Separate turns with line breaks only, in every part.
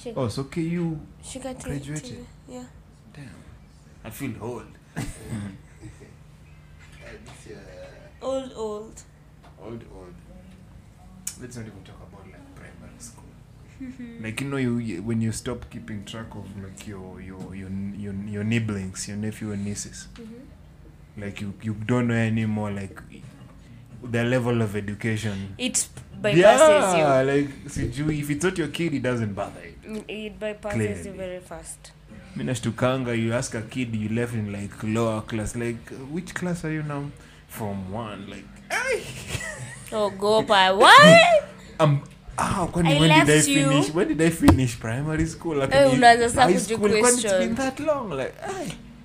She,
Oh, so KU.
she got to-
graduated?
to- yeah.
I feel old.
It's, uh,
Old, old.
old, old. Let's not even talk about like primary school.
Like you know, you, you when you stop keeping track of like your your your your, your nibblings, your nephew and nieces.
Mhm.
Like you you don't know anymore. Like the level of education.
It bypasses
yeah, like sijui if it's not your kid, it doesn't bother you.
you. It bypasses
Clearly.
you very fast.
Mimi nashtukanga, you ask a kid you left in like lower class. Like which class are you now? From one, like
Oh, go by what?
um, ah, kwani
I
when did I
left you.
finish? When did I finish primary school? Like,
Eh, unaanza sasa
high school, kwani it's been
kujiquestion.
that long? Like, ah.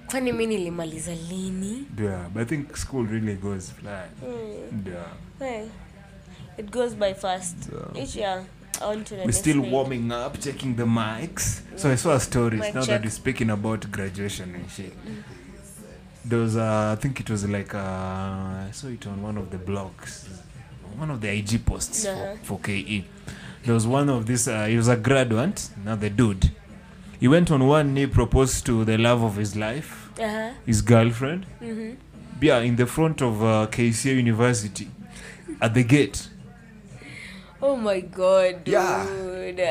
Kwani mi nilimaliza lini?
Yeah, but I think school really goes flat.
Mm.
Yeah.
Hey, it goes by fast.
So-
Each year, on to the
We're
next
still
thing.
warming up, checking the mics. So I saw a story.
Mic
It's now
check. Mm.
that we're speaking about graduation and shit. There was, uh, I think it was like, uh, I saw it on one of the blogs, one of the IG posts
Uh-huh.
for, for KE. There was one of this, uh, he was a graduate, another dude. He went on one knee, proposed to the love of his life,
Uh-huh.
his girlfriend.
Mm-hmm.
Yeah, in the front of uh, KCA University at the gate.
Oh my god, dude.
Yeah.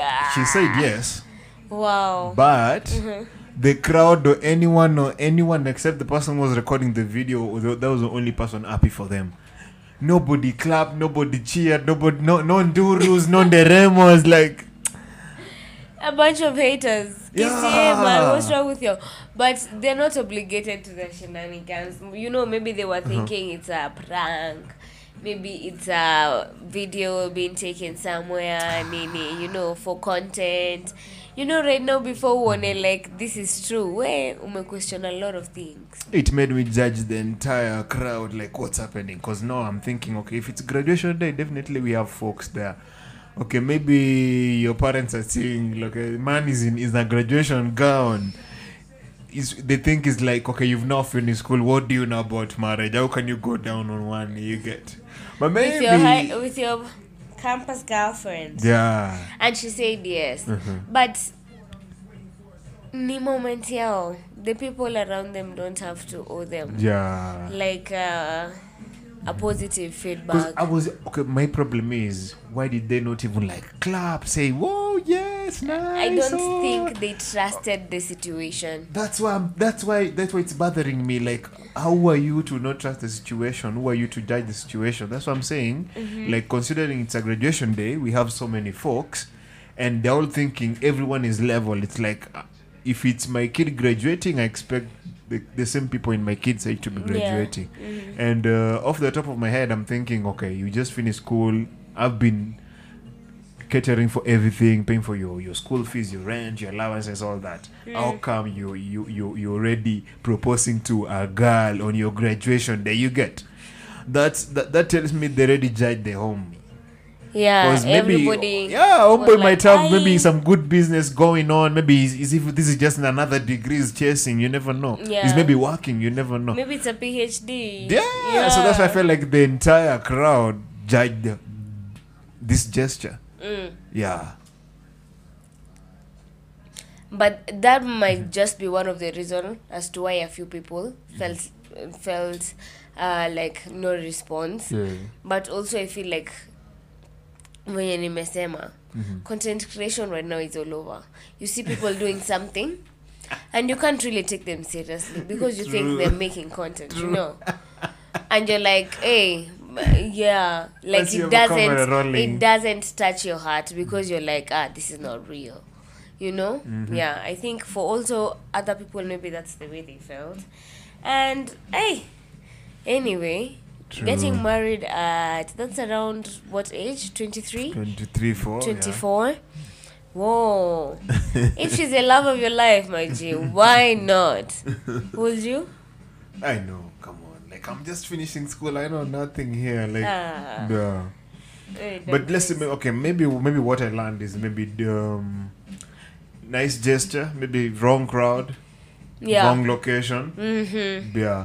Ah.
She said yes,
Wow.
but
Mhm.
the crowd or anyone or anyone except the person who was recording the video, or the- that was the only person happy for them. Nobody clapped, nobody cheered, nobody, no, no Ndurus, no Nderemos, like,
A bunch of haters.
Yeah.
KCA, man, what's wrong with you? But they're not obligated to the shenanigans. You know, maybe they
Uh-huh.
were thinking it's a prank. Maybe it's a video being taken somewhere, nini, you know, for content. You know, right now, before one, like, this is true. Where ume question a lot of things.
it made me judge the entire crowd, like, what's happening? Because now I'm thinking, okay, if it's graduation day, definitely we have folks there. Okay, maybe your parents are seeing, like, a man is in is a graduation gown. Is they think it's like, okay, you've now finished school. What do you know about marriage? How can you go down on one? knee? You get, but
With your,
maybe,
hi- with your campus girlfriend.
yeah,
and she said yes
Mm-hmm.
but ni moment yao the people around them don't have to owe them
yeah.
like uh, a positive
Because
feedback
I was okay. My problem is, why did they not even like clap, say, "Whoa, yes, nice."
i don't
oh."
think they trusted the situation
That's why. I'm, that's why. That's why it's bothering me. Like, how are you to not trust the situation? Who are you to judge the situation? That's what I'm saying. Like, considering it's a graduation day, we have so many folks, and they're all thinking everyone is level. It's like, uh, if it's my kid graduating, I expect the, the same people in my kid's age to be
Yeah. Mm-hmm.
graduating. And uh, off the top of my head, I'm thinking, okay, you just finished school. I've been catering for everything, paying for your, your school fees, your rent, your allowances, all that.
Mm.
How come you you you you're already proposing to a girl on your graduation day? You get that's that, that tells me they already judged the home.
yeah
Because
Uh, everybody
maybe yeah, homeboy
was like,
might have maybe
"Aye."
some good business going on. Maybe he's, he's, if this is just another degree he's chasing, you never know.
Yeah.
He's maybe working, you never know.
maybe it's a phd
Yeah. So that's why I
Yeah.
felt like the entire crowd judged this gesture.
Mm.
Yeah.
but that might
Mm-hmm.
just be one of the reason as to why a few people felt felt uh, like no response but also i feel like venye nimesema
Mm-hmm.
content creation right now is all over you see people doing something and you can't really take them seriously because you
True.
think they're making content you know and you're like hey m- yeah like
Once you
it
have a camera
doesn't
rolling.
it doesn't touch your heart because you're like ah this is not real you know
Mm-hmm.
yeah i think for also other people maybe that's the way they felt and hey anyway
True.
getting married at that's around what age 23
23 4
24 whoa if she's the love of your life my g why not would you
yeah. i know come on like i'm just finishing school i know nothing here like
Ah.
yeah.
Eh,
but let's say
don't-
ma- okay maybe maybe what i learned is maybe the, um nice gesture maybe wrong crowd
yeah
wrong location
mm-hmm.
yeah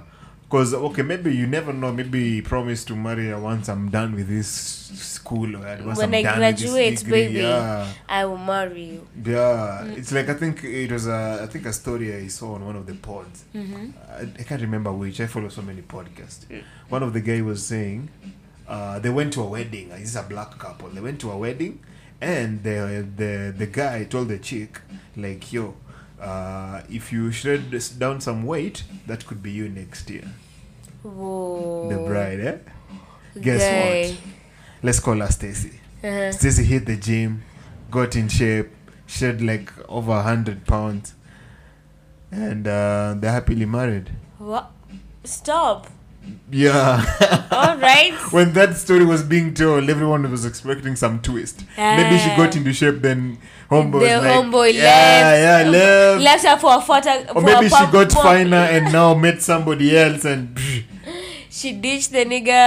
Because okay, maybe you never know. Maybe he promised to marry her once I'm done with this school or once
When
I'm
I
done with this
graduate,
degree.
baby.
Yeah,
I will marry you.
yeah. It's like I think it was a I think a story I saw on one of the pods. I, I can't remember which. I follow so many podcasts. One of the guy was saying, uh, they went to a wedding. This is a black couple. They went to a wedding, and the the the guy told the chick like, "Yo, uh, if you shred this down some weight, that could be you next year."
Whoa.
The bride, eh? Guess
Oh. Guy.
what? Let's call her Stacy.
Uh-huh.
Stacy hit the gym, got in shape, shed like over hundred pounds, and uh, they're happily married.
What? Stop.
Yeah.
All right.
when that story was being told, everyone was expecting some twist. Maybe she got into shape, then homeboy. was
the
like,
homeboy
yeah,
left.
Yeah, left.
Left her for a photo. for a
Or maybe she
pub-
got
pub-
finer and now met somebody else, and
She ditched the nigga.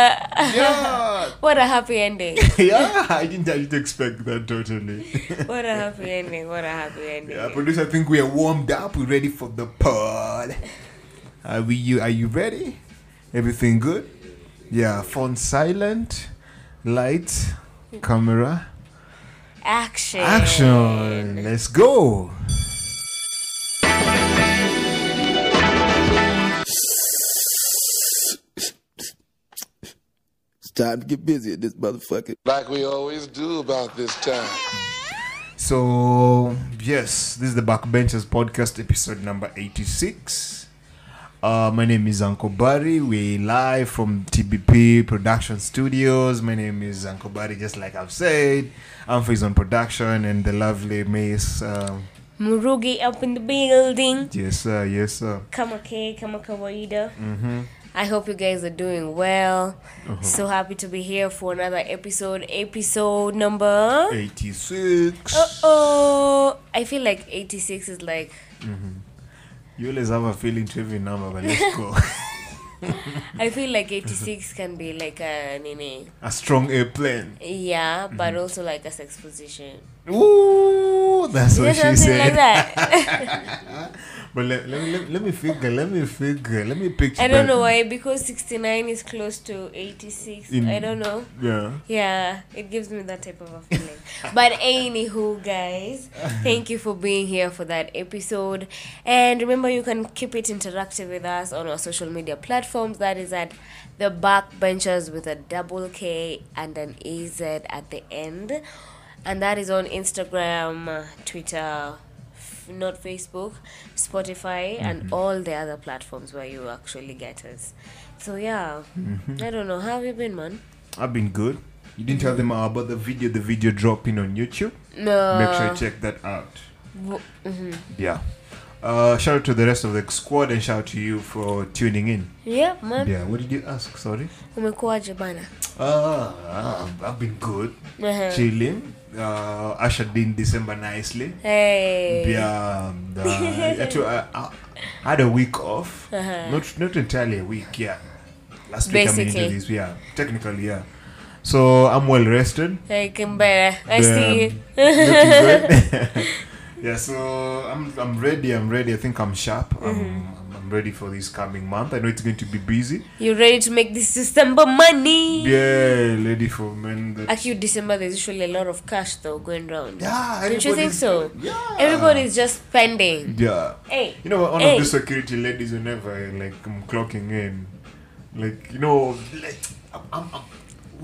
yeah,
what a happy ending.
yeah. I didn't, I didn't expect that totally.
What a happy ending. What a happy ending.
yeah, producer, I think we are warmed up. We're ready for the pod. Are we? You are you ready? Everything good? Yeah. Phone silent. Lights. Camera.
Action.
Action. Let's go.
It's time to get busy at this motherfucker.
like we always do about this time.
So yes, this is the Backbenchers podcast, episode number eighty-six. Uh, my name is Uncle Barry. We live from TBP Production Studios. My name is Uncle Barry, just like I've said. I'm Faison Production and the lovely Miss. Um,
Murugi up in the building.
yes, sir. Yes, sir.
Kama K, kama kawaida.
Mm-hmm.
I hope you guys are doing well.
Uh-huh.
So happy to be here for another episode. Episode number.
Eighty-six.
Uh oh. I feel like 86 is like.
You always have a feeling to every number, but let's go.
I feel like 86
Uh-huh.
can be like a nini.
a strong airplane.
Yeah, but
Mm-hmm.
also like a sex position.
Ooh, that's what
Yes,
she
something
said.
like that.
But let, let, me- let, me- let me figure, let me figure, let me picture.
I don't
that.
know why, because 69 is close to 86.
In-
I don't know.
Yeah.
Yeah, it gives me that type of a feeling. but anywho, guys, thank you for being here for that episode. And remember, you can keep it interactive with us on our social media platforms. That is at the Backbenchers with a double K and an AZ at the end. And that is on Instagram, uh, Twitter, f- not Facebook, Spotify, and
Mm-hmm.
all the other platforms where you actually get us. So, yeah,
Mm-hmm.
I don't know. How have you been, man?
I've been good. You didn't tell them about the video, the video dropping on YouTube.
No.
Make sure you check that out.
W-
Yeah. Uh, shout out to the rest of the squad and shout out to you for tuning in.
Yeah, man.
Yeah. What did you ask? Sorry.
Umekuwaje bana?
Ah, I've been good.
Uh, Uh-huh.
Chilling. Uh, ushered in December nicely.
Hey.
Yeah, um, uh, I, to- I, I had a week off.
Uh-huh.
Not not entirely a week. Yeah, last week I mean
Basically.
into this. Yeah, technically yeah. So I'm well rested.
Hey, Kimbera. I
The-
see you.
looking good. yeah, so I'm I'm ready. I'm ready. I think I'm sharp. I'm,
Mm-hmm.
I'm I'm ready for this coming month. I know it's going to be busy.
You ready to make this December money?
Yeah, lady for men. That,
Actually, December, there's usually a lot of cash though going round.
yeah,
Don't you think
everybody's-
so?
Yeah.
Everybody's just spending.
Yeah.
Hey.
Mm-hmm. You know, one
Hey.
of the security ladies whenever like I'm clocking in, like you know, like I'm, I'm, I'm,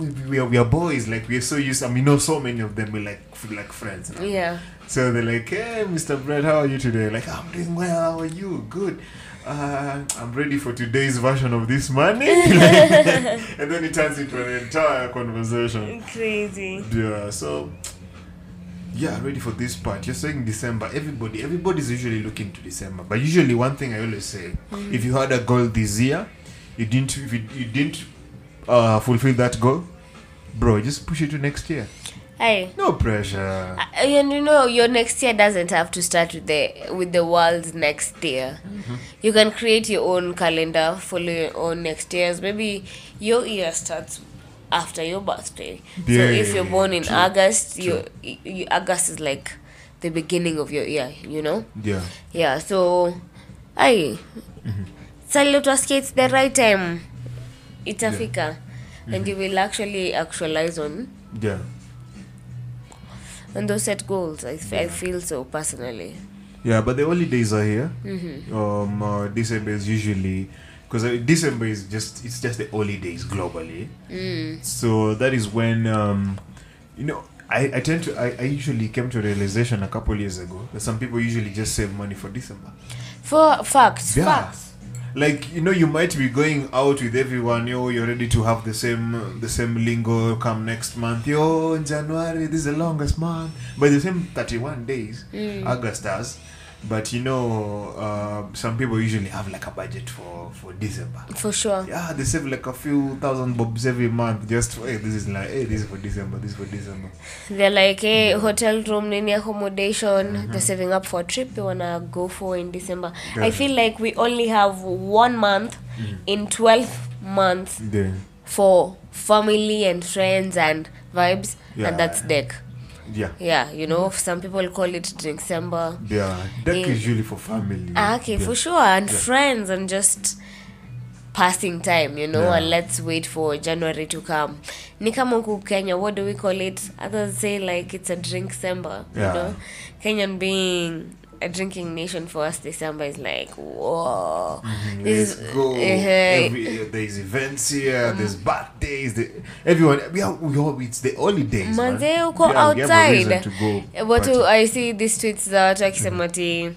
we, we are we are boys. Like we are so used. I mean, know so many of them we like feel like friends. now.
Yeah.
So they're like, hey, Mr. Brad, how are you today? Like, I'm doing well. How are you? Good. Uh, I'm ready for today's version of this money. and then it turns into an entire conversation.
Crazy.
Yeah, so yeah, ready for this part. You're saying December. Everybody, everybody's usually looking to December. But usually, one thing I always say: if you had a goal this year, you didn't, if you, you didn't uh, fulfill that goal, bro, just push it to next year.
Hey.
No pressure.
Uh, And you know, your next year doesn't have to start with the with the world's next year. You can create your own calendar, follow your own next years. Maybe your year starts after your birthday. so
Yeah,
if you're born in
true,
August, your you, August is like the beginning of your year. You know,
Yeah,
yeah. So, I suddenly utasikia its the right time itafika yeah. mm-hmm. and you will actually actualize on
yeah
on those set goals I, f- I feel so personally
yeah but the holidays are here um uh, december is usually because uh, december is just it's just the holidays globally
Mm.
so that is when um you know I, I tend to I, I usually came to a realization a couple years ago that some people usually just save money for December.
for facts
Yeah.
facts
Like you know, you might be going out with everyone. Yo, you're ready to have the same the same lingo come next month. Yo, in January this is the longest month, but the same thirty one days, August does. But you know, uh, some people usually have like a budget for for December.
for sure
Yeah, they save like a few thousand bobs every month just for hey, this is like hey, this is for December, this is for December.
they're like hey hotel room nini accommodation they're saving up for a trip they wanna go for in december i
Mm-hmm. Yeah. Mm-hmm.
feel like we only have one month in 12 months
Yeah.
for family and friends and vibes
Yeah.
and that's deck
Yeah.
yeah you know some people call it december
Yeah. That is
Yeah.
usually for family.
Ah, okay
yeah.
for sure and friends and just passing time you know
Yeah.
and let's wait for january to come ni kama huku kenya what do we call it others say like it's a drink sember
Yeah.
you know kenyan being a drinking nation for us december is like whoa
Mm-hmm. Let's go.
eh, uh-huh.
Every year there's events here. There's birthdays. The, everyone. We are, we all, it's the holidays. man.
manze uko
Yeah, we have a
outside
reason
Eh,
to go
watu
party.
i see these tweets za watu akisema ti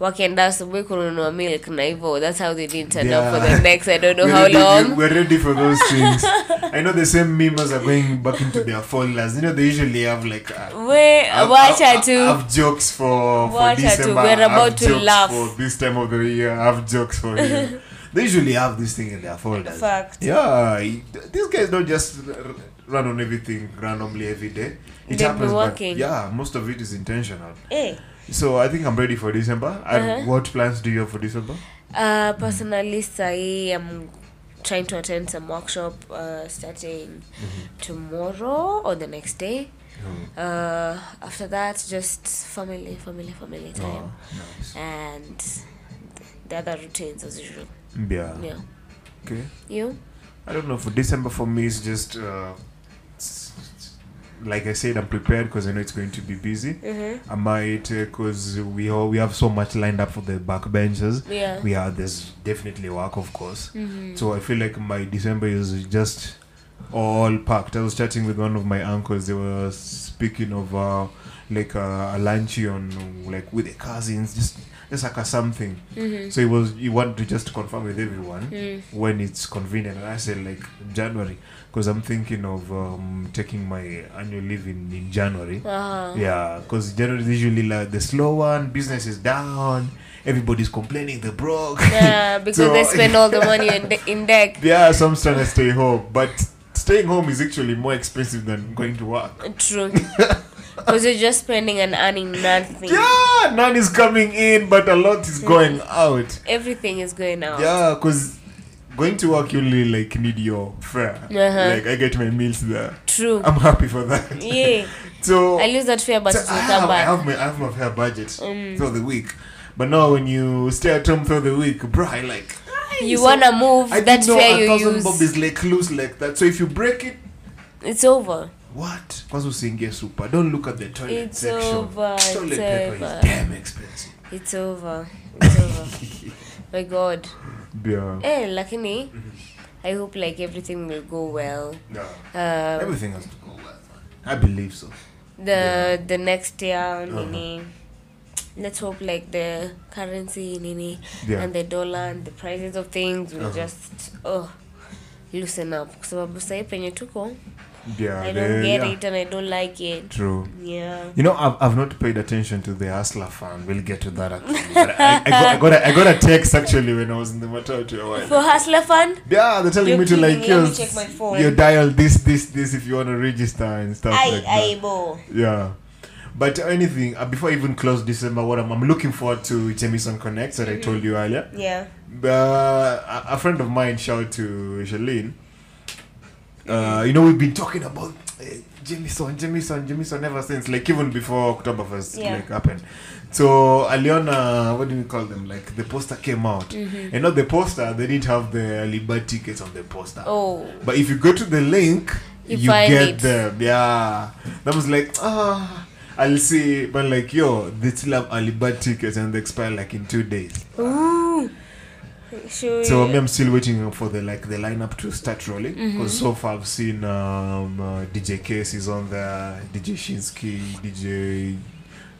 wakienda asubuhi kununua milk na hivyo that's how they didn't turn up for the
Yeah.
next i don't know
We're
how
ready,
long
We're ready for those things. I know the same memes are going back into their followers. You know they usually have like. Uh,
we
I've-
wacha
I've-
tu
I've jokes for, for
Wacha tu,
December.
we're
I've
about to
jokes
laugh.
for this time of the year. I've jokes for you. They usually have this thing in their folders.
Fact.
Yeah, it- these guys don't just r- r- run on everything randomly every day. It
They've been
happens, but
working.
yeah, most of it is intentional.
Eh,
So I think I'm ready for December. And
Uh-huh.
what plans do you have for December?
uh, personally sahi i'm trying to attend some workshop uh, starting
Mm-hmm.
tomorrow or the next day uh, after that just family family family
Oh.
time
nice.
and the other routines as usual
Yeah.
yeah
Okay.
you
I don't know. For December, for me, it's just uh, it's- it's- like I said, I'm prepared because I know it's going to be busy.
Mm-hmm.
I might because we all we have so much lined up for the backbenchers.
Yeah. Mm-hmm.
we are. There's definitely work, of course. So I feel like my December is just all packed. I was chatting with one of my uncles. They were speaking of uh, like uh, a lunch on like with the cousins, just just like a something. So he was you want to just confirm with everyone when it's convenient. And I said like January because I'm thinking of um, taking my annual leave in, in January.
uh-huh.
Yeah, because January is usually like the slow one. Business is down. Everybody's complaining they're broke.
yeah because
So-
they spend all the money in, de- in deck
yeah, so I'm trying to stay home, but staying home is actually more expensive than going to work.
true because you're just spending and earning nothing
Yeah, none is coming in, but a lot is going out.
everything is going out
Yeah, because going to work you only like need your fare.
Uh-huh.
Like I get my meals there.
true
I'm happy for that.
yeah
So
I lose that fear, but
So
it
I,
will
have,
come
I
back.
have my I have my fair budget
Um,
through the week, but now when you stay at home through the week, bro, I like
You wanna move,
I
that
didn't know
fear
a
you
thousand bob
use.
is like loose like that. So if you break it,
It's over.
what? Kwanza usiingie super. Don't look at the toilet
It's
section.
over, it's
toilet paper
over.
is damn expensive.
It's over. It's over. My God.
Yeah.
Eh, lakini,
Mm-hmm.
I hope like everything will go well.
No.
Uh,
Everything has to go well. man. I believe so.
the the next year,
Uh-huh.
nini. Let's hope like the currency, nini,
Yeah.
and the dollar and the prices of things will
Uh-huh.
just oh loosen up. Kwa sababu sahi penye tuko,
Yeah.
I
the-
don't get
yeah.
it and I don't like it.
True.
Yeah.
You know, I've, I've not paid attention to the Hustler fan. We'll get to that actually. But I, I, got, I, got a, I got a text actually when I was in the maternity a while.
For hustler fund,
Yeah, they're telling
You're
me to
kidding
like
me,
yo,
let me check my phone.
you dial this, this, this if you want to register and stuff
I
like
I
that.
bo.
Yeah. But anything, uh, before I even close December, what I'm, I'm looking forward to Jamison Connects
Mm-hmm.
that I told you earlier.
Yeah.
Uh, a a friend of mine, shout to Shalene. Uh, you know, we've been talking about uh, Jemison, Jemison, Jemison ever since like even before Oktoberfest
Yeah.
like happened. So Aliona, what do we call them? Like the poster came out,
Mm. Mm-hmm.
and not the poster. They didn't have the Liberty tickets on the poster.
Oh.
But if you go to the link, you,
You find
get
it.
them. Yeah, that was like ah. I'll see, but like yo, they still have Alibaba tickets and they expire like in two days.
Ooh. Should
So
we-
me, I'm still waiting for the like the lineup to start rolling because
Mm-hmm.
so far I've seen um, uh, DJ Case is on there, DJ Shinsky, DJ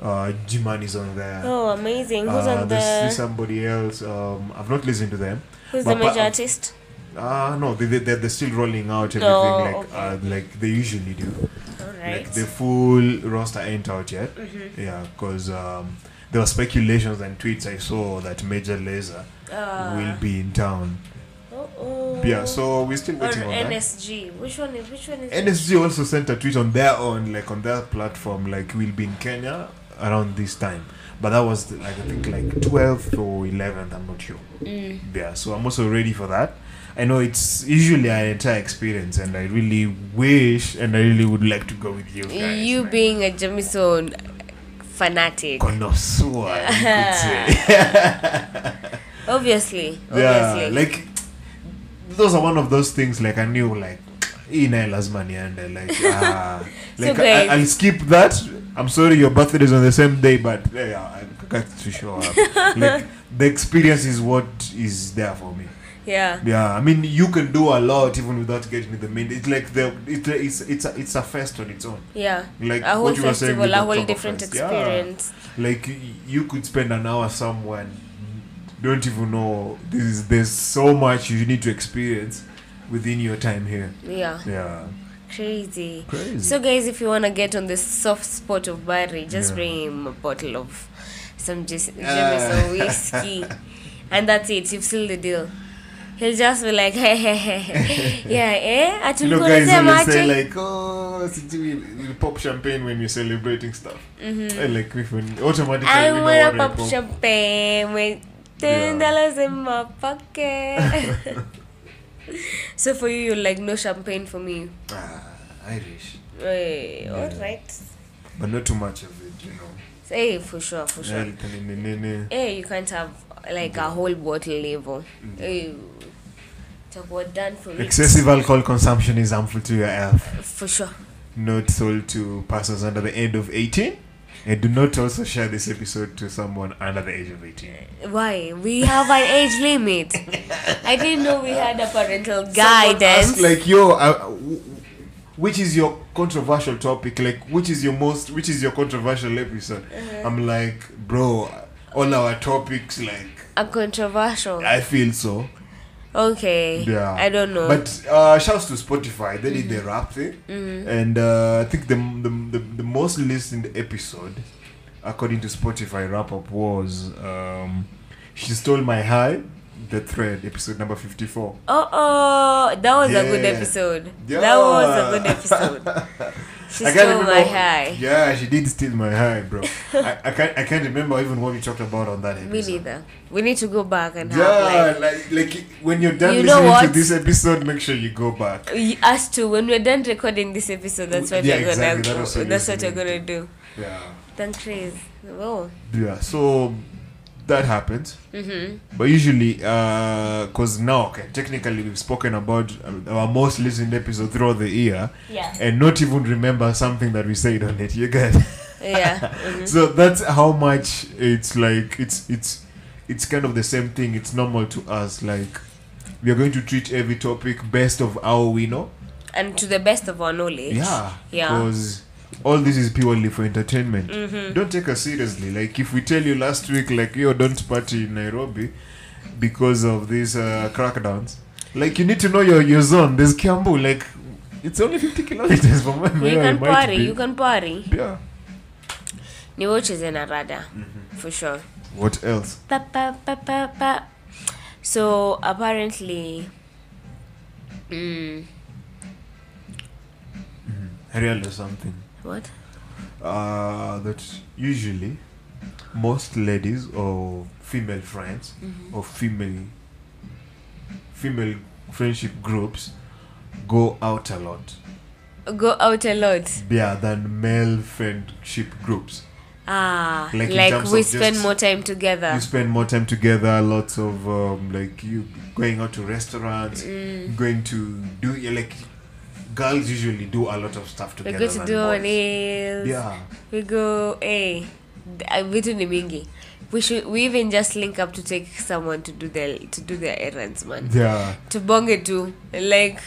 uh, G-Man is on there.
Oh, amazing. Who's
uh,
on the
there's somebody else. Um, I've not listened to them.
Who's the
but-
major artist?
Uh, no, they, they, they're, they're still rolling out everything
No,
like
Oh, okay.
uh, like they usually do.
All right. Mm-hmm.
Like the full roster ain't out yet. Yeah, because um, there were speculations and tweets I saw that Major Lazer will
uh,
be in town.
oh.
Yeah, so we're still
or
waiting on that.
NSG. Which one is which one is it?
NSG also sent a tweet on their own, like on their platform, like we'll be in Kenya around this time. But that was like I think like twelfth or eleventh. I'm not sure.
Mm.
Yeah, so I'm also ready for that. I know it's usually an entire experience, and I really wish and I really would like to go with you guys.
you
man.
being a Jamison fanatic.
connoisseur, you could say.
Obviously.
yeah,
Obviously.
like those are one of those things. Like I knew, like hii naye lazima niende like ah, like I,
guys-
I'll skip that. I'm sorry, your birthday is on the same day, but yeah, I got to show up. like the experience is what is there for me.
yeah.
Yeah, I mean you can do a lot even without getting the main. It's like the it, it's it's a, it's a fest on its own.
Yeah.
Like
a whole
what you were saying,
festival,
with
a whole
Oktoberfest.
different
Yeah
experience.
like y- you could spend an hour somewhere and don't even know this is, there's so much you need to experience within your time here
Yeah.
yeah
Crazy.
Crazy.
So guys, if you wanna get on the soft spot of Bari, just
Yeah.
bring him a bottle of some Jes-
Ah.
Jameson whiskey, and that's it. You've sealed the deal. He'll just be like, hey, hey, hey, yeah, eh?
you know
Atulikuwa
guys
unasema
always say
aje?
like oh sijui we we pop champagne when we're celebrating stuff mm-hmm. like we fin- automatically
Mm. I
we know
wanna
what we
pop champagne with ten dollars in my pocket. so for you, you're like no champagne for me.
ah, Irish
Eh, All right.
but not too much of it you know
Hey, for sure, for sure.
Like, ne- ne- ne-
Hey, Eh, you can't have like a whole bottle Eh, level. Hey, itakuwa done for weeks.
Mm. excessive alcohol consumption is harmful to your health
For sure.
not sold to persons under the age of 18 and do not also share this episode to someone under the age of 18
Why? We have an age limit. I didn't know we had a parental
ask
guidance.
like yo uh, w- which is your controversial topic like which is your most which is your controversial episode i'm like bro all our topics like
I'm controversial.
i feel so
Okay.
yeah
I don't know. Mm-hmm.
but uh shouts to spotify they did the rap thing and uh i think the, the the the most listened episode according to spotify wrap up was um she stole my high the thread episode number 54
Uh oh, that was a good
Yeah.
episode.
Yeah.
That was a good episode. She stole my high.
Yeah, she did steal my high, bro. I, I can't I can't remember even what we talked about on that episode.
Me neither. We need to go back and
Yeah,
have like
like, like when you're done
You know
listening to
what?
this episode, make sure you go back.
y- us to when we're done recording this episode. That's what
Yeah,
we're
exactly, that
gonna.
was what
that's
you're
what we're
saying.
gonna do.
Yeah,
Thank Chris. Whoa.
yeah. So that happened, mm-hmm. but usually, uh, cause now okay, technically we've spoken about um, our most listened episode throughout the year,
Yeah.
and not even remember something that we said on it. You guys.
Yeah.
so that's how much it's like it's it's it's kind of the same thing it's normal to us like we are going to treat every topic best of how we know
and to the best of our knowledge.
yeah
Yeah.
because all this is purely for entertainment
Mm-hmm.
don't take us seriously like if we tell you last week like yo don't party in nairobi because of these uh, crackdowns like you need to know your your zone there's kiambu like it's only 50 kilometers from where
You
I
can
might
party.
be.
You can party.
yeah
Ni watches and a radar
Mm-hmm.
for sure.
what else
pa, pa, pa, pa, pa. So apparently, mm,
real or something
what?
uh, that usually most ladies or female friends
Mm-hmm.
or female female friendship groups go out a lot
go out a lot.
yeah, than male friendship groups.
Ah,
Like
like,
in terms
we
of just-
spend more time together.
You spend more time together. Lots of um, like you going out to restaurants,
Mm.
going to do yeah, like girls usually do a lot of stuff
we
together.
go to
than
do our
boys.
nails.
Yeah,
We go, hey, vitu ni mingi. We should we even just link up to take someone to do their to do their errands, man.
yeah,
To bonge too, like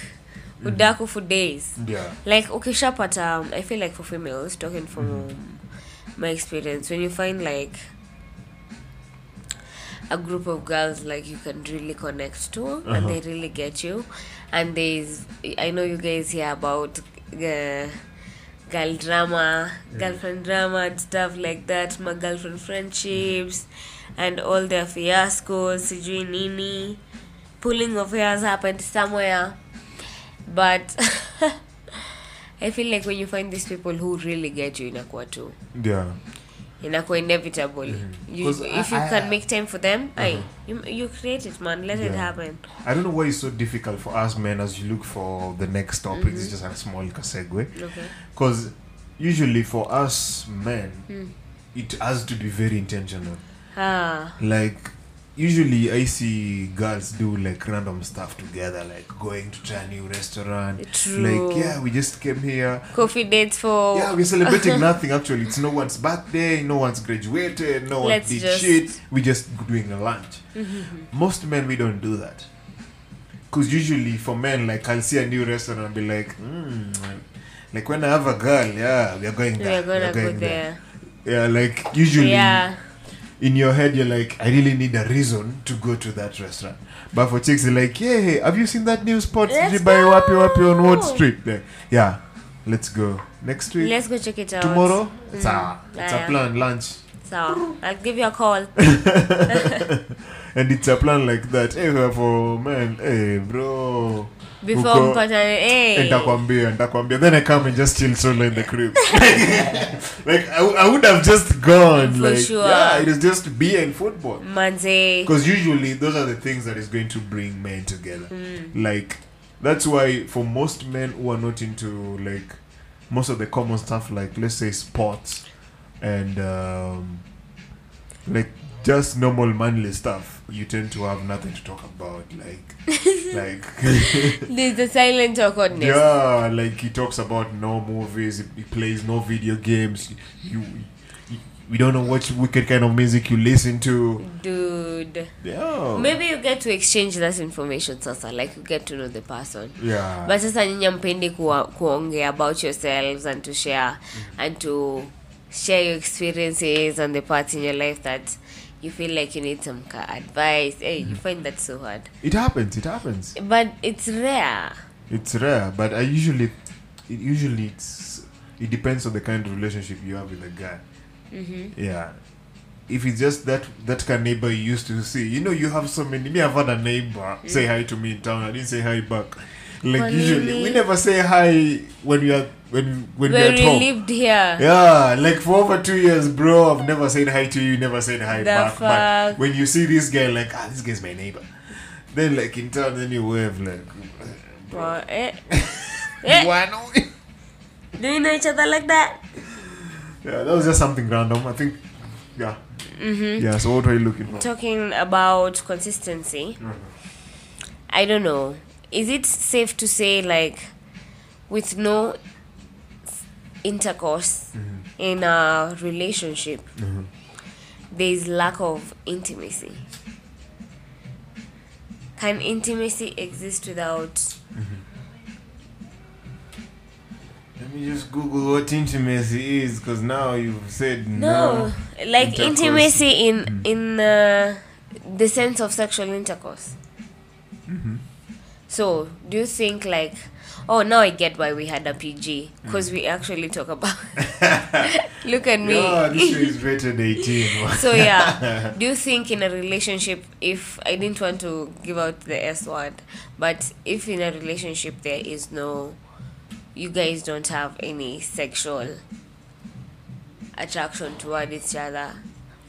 udaku for days.
yeah.
like ukishapata um, i feel like for females talking from my experience when you find like a group of girls like you can really connect to and they really get you and there's i know you guys hear about uh, girl drama girlfriend drama and stuff like that my girlfriend friendships and all their fiascos sijui nini pulling of hairs happened somewhere but i feel like when you find these people who really get you inakuwa tu
Yeah.
inakuwa inevitable you,
'Cause
if
Mhm.
you
I- I- Uh-huh.
can make time for them I, you, you create it man let it
Yeah.
happen
I don't know why it's so difficult for us men as you look for the next topic. It's just a small segue.
okay
Because usually for us men, it has to be very intentional.
ah
Like, usually I see girls do like random stuff together, like going to try a new restaurant.
True.
Like, yeah, we just came here.
coffee dates for
Yeah, we're celebrating nothing actually. It's no one's birthday, no one's graduated, no one
Let's
did
just- Mm-hmm.
shit. We're just doing a lunch. Most men, we don't do that. Because usually for men, like, I'll see a new restaurant and be like, hmm. Like, when I have a girl, yeah, we are going
we are
there. we
gonna
are going
go there
Yeah, like, usually
yeah
in your head, you're like, I really need a reason to go to that restaurant. But for chicks, they're like, yeah, hey, have you seen that new spot?
Let's
Did you buy wapi wapi on Ward
go."
Street? Like, yeah, let's go. Next week
let's go check it out
tomorrow it's a it's a
Mm. yeah.
plan lunch
so i'll give you a call
and it's a plan like that hey we're for man hey bro
before
Uko-
mpatane hey
nitakwambia nitakwambia then i come and just chill solo in the crib like I, wou- I would have just gone
For
like
sure.
yeah it is just beer and football
manze
because usually those are the things that is going to bring men together
Hmm.
like that's why for most men who are not into like most of the common stuff like let's say sports and um, like just normal manly stuff you tend to have nothing to talk about like like
there's a silent awkwardness
yeah like he talks about no movies he plays no video games you, you we don't know what wicked kind of music you listen to
dude
yeah
maybe you get to exchange that information sasa like you get to know the person
yeah
but sasa nyinyi mpendi kuwa, kuongea about yourselves and to share and to share your experiences and the parts in your life that you feel like you need some ka- advice hey you find that so hard
It happens. It happens.
but it's rare
It's rare, but I usually, it usually it's it depends on the kind of relationship you have with the guy. Mm-hmm. Yeah, if it's just that that kind of neighbor you used to see, you know, you have so many. Me, I've had a neighbor say
Mm.
hi to me in town. I didn't say hi back. Like
Kwa
usually,
nini?
we never say hi when we are when when we are
when
at
we
home.
lived here
Yeah, like for over two years, bro, I've never said hi to you, never said hi
The
back. But
fuck?
when you see this guy, like, ah, this guy's my neighbor. Then, like, in turn, then you wave, like,
Well, eh, eh, do you know each other like that
yeah, that was just something random. I think, yeah. Mm-hmm. Yeah, so what were you looking for?
talking about consistency i don't know is it safe to say like with no s- intercourse in a relationship there is lack of intimacy can intimacy exist without
Let me just Google what intimacy is, because now you've said
no like
Intercourse. Mm-hmm.
intimacy in in uh, the sense of sexual intercourse
Mm-hmm.
so do you think like oh now i get why we had a pg
Mm.
because we actually talk about look at me
Yeah, this show is rated 18. man.
so yeah do you think in a relationship if i didn't want to give out the s word but if in a relationship there is no you guys don't have any sexual attraction toward each other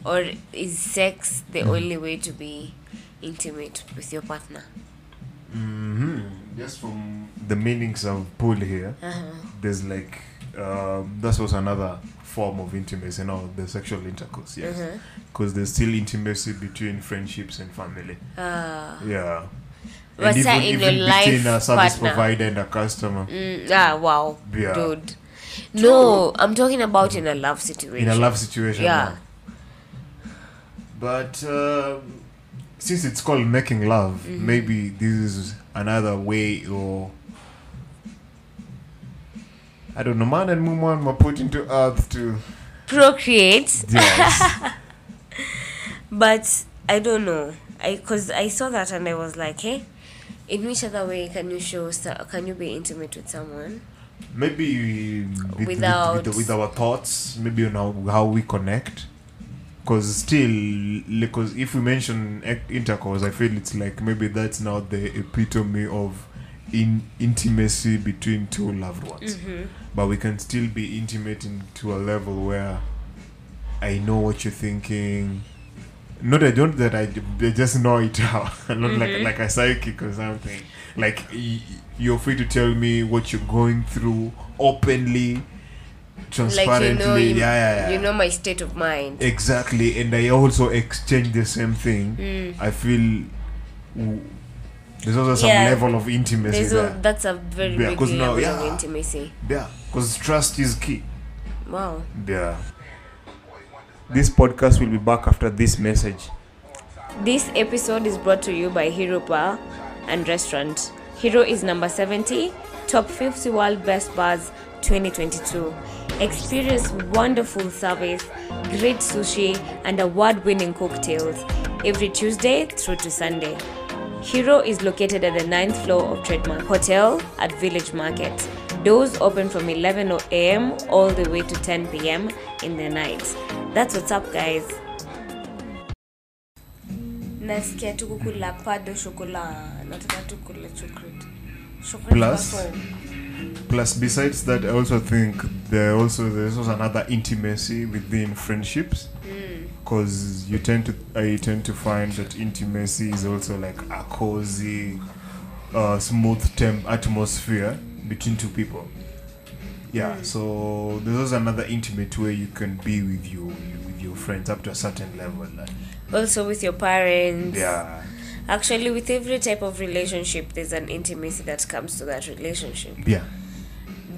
or is sex the
Hmm.
only way to be intimate with your partner
Mm-hmm.
Uh-huh.
Mhm. Just from the meanings of pool here, there's like um, that's also another form of intimacy now the sexual intercourse yes
Mm-hmm.
because there's still intimacy between friendships and family
Ah.
yeah
What's
and
that
even,
in
even
your
between a
life
service
partner?
provider and a customer
Mm, ah, wow,
Yeah.
dude. No, I'm talking about in a love
in
situation.
a love situation
Yeah.
yeah. but um since it's called making love
Mm-hmm.
maybe this is another way or i don't know man and woman were put into earth to
Procreate,
yes
but I don't know. I because I saw that and I was like, hey, in which other way can you show? so- Can you be intimate with someone?
maybe with,
Without-
with, with, with our thoughts maybe on how, how we connect because still because if we mention ec- intercourse i feel it's like maybe that's now the epitome of in intimacy between two loved ones but we can still be intimate in, to a level where i know what you're thinking not I don't that I, d- I just know it out. I'm not
Mm-hmm.
like like a psychic or something. Like y- you're free to tell me what you're going through openly,
Like you
transparently.
know, you,
yeah, yeah, yeah.
you know my state of mind.
exactly. And I also exchange the same thing.
Mm.
I feel w- there's also some
Yeah.
level of intimacy
There's
there.
a, that's a very
Yeah,
big
'cause now-
level
yeah.
of intimacy.
yeah, because trust is key.
Wow.
Yeah. This podcast will be back after this message.
This episode is brought to you by Hero Bar and Restaurant. Hero is number 70, top 50 world best bars 2022. Experience wonderful service, great sushi, and award winning cocktails every Tuesday through to Sunday. Hero is located at the 9th floor of Trademark Hotel at Village Market. Doors open from 11 a.m. all the way to 10 p.m. in the night. That's what's up, guys. nasikia tu kukula pado shokola nataka tu kula chocolate Chocolate
Plus?
kwa phone.
Plus, besides that, I also think there also there's also another intimacy within friendships, because you tend to I tend to find that intimacy is also like a cozy, uh, smooth temp atmosphere between two people. Yeah, so there's also another intimate way you can be with you with your friends up to a certain level. Like,
also with your parents
yeah,
actually with every type of relationship there's an intimacy that comes to that relationship
yeah,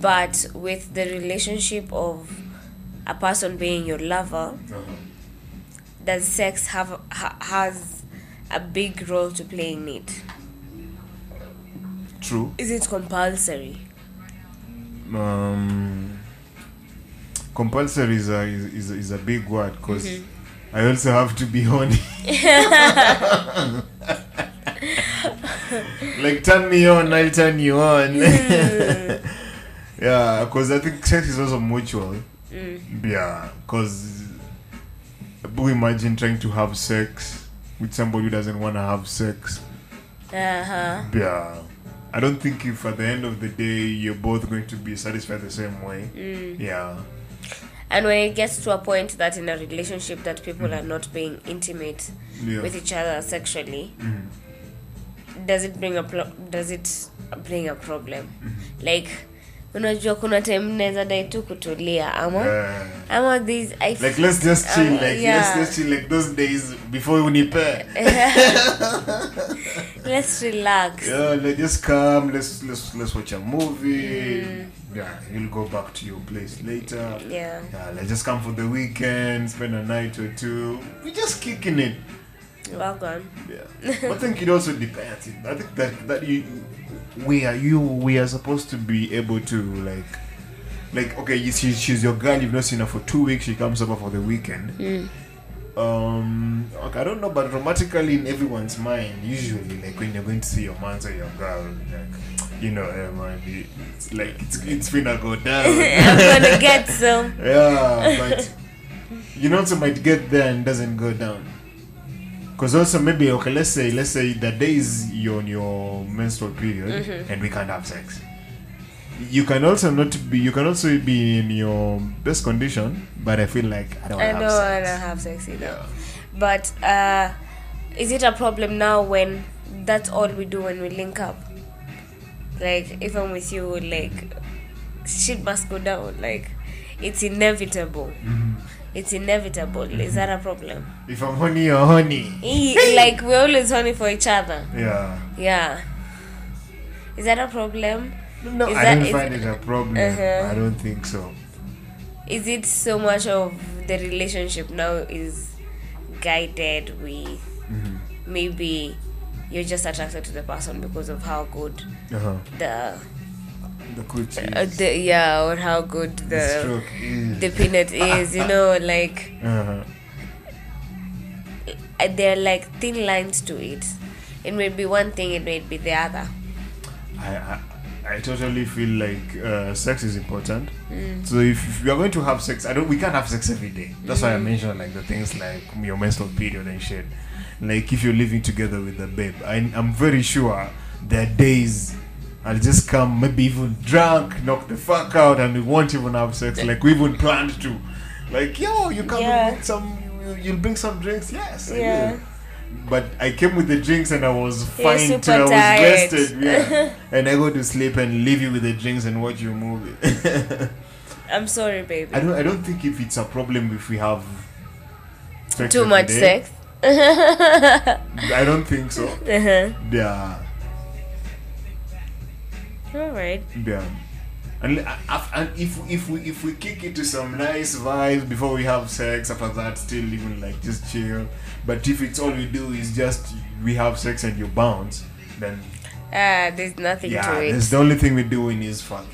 but with the relationship of a person being your lover
Uh-huh.
does sex have ha, has a big role to play in it
true.
is it compulsory
um, compulsory is a, is, is, is a big word because I also have to be horny. like turn me on, I'll turn you on. yeah, because I think sex is also mutual. Yeah, because imagine trying to have sex with somebody who doesn't want to have sex.
uh-huh
Yeah. I don't think if at the end of the day you're both going to be satisfied the same way.
Mm.
Yeah.
And when it gets to a point that in a relationship that people are not being intimate
Yeah. Mm.
with each other sexually, does it bring a pro- does it bring a problem?
Mm-hmm.
Like unajua kuna time mnaweza dai tu kutulia ama
Uh,
ama these I
like let's just chill,
Um,
like
yeah.
let's just chill like those days before we pair.
let's relax.
Yeah, let just come, let's let's let's watch a movie.
Mm.
Yeah, you'll go back to your place later.
Yeah.
Yeah, let's just come for the weekend, spend a night or two. We're just kicking it.
Well gone.
Yeah. I think it also depends. I think that that you we are you we are supposed to be able to like like okay you, she, she's your girl you've not seen her for two weeks she comes over for the weekend um okay, i don't know but romantically in everyone's mind usually like when you're going to see your man or your girl like you know eh, man, it's like it's, it's finna go down
I'm gonna get some.
yeah, but you know, also might get there and doesn't go down. Cause also maybe okay, let's say let's say the day is you're on your menstrual period
Mm-hmm.
and we can't have sex. You can also not be. You can also be in your best condition, but I feel like I don't
I
wanna
don't
have sex.
wanna have sex either.
Yeah.
But uh, is it a problem now when that's all we do when we link up? Like, if I'm with you, like, shit must go down. Like, it's inevitable.
Mm-hmm.
It's inevitable. Is that a problem?
If I'm horny, you're horny.
Eh, like, we're always horny for each other.
Yeah.
Yeah. Is that a problem?
No,
Is
I
that-
don't
is
find
it-
it a problem.
Uh-huh.
I don't think so.
Is it so much of the relationship now is guided with
Mm-hmm.
maybe you're just attracted to the person because of how good
Uh-huh.
the,
The coochie.
uh, the yeah or how good
the
the
stroke is.
the peanut is you know like
Uh-huh.
uh, there are like thin lines to it it may be one thing it may be the other
I, I I totally feel like uh, sex is important.
Mm.
So if, if you are going to have sex, I don't. We can't have sex every day. That's
Mm.
why I mentioned like the things like your menstrual period and shit. Like if you're living together with a babe, I, I'm very sure there are days I'll just come, maybe even drunk, knock the fuck out, and we won't even have sex. Like we even planned to. Like yo, you come
Yeah.
and bring some. you- You'll bring some drinks. Yes. I will.
Yeah.
But I came with the drinks and I was
You're
fine
super
till I was
tired.
rested. Yeah. and I go to sleep and leave you with the drinks and watch you movie.
i'm sorry baby
I don't I don't think if it's a problem if we have sex
too
every
much
day.
sex
I don't think so.
uh-huh.
Yeah.
all right
Yeah. And, li- af- and if if we if we kick it to some nice vibes before we have sex, after that still even like just chill. But if it's all we do is just we have sex and you bounce, then
ah there's nothing
yeah,
to it
that's the only thing we're doing is fucking.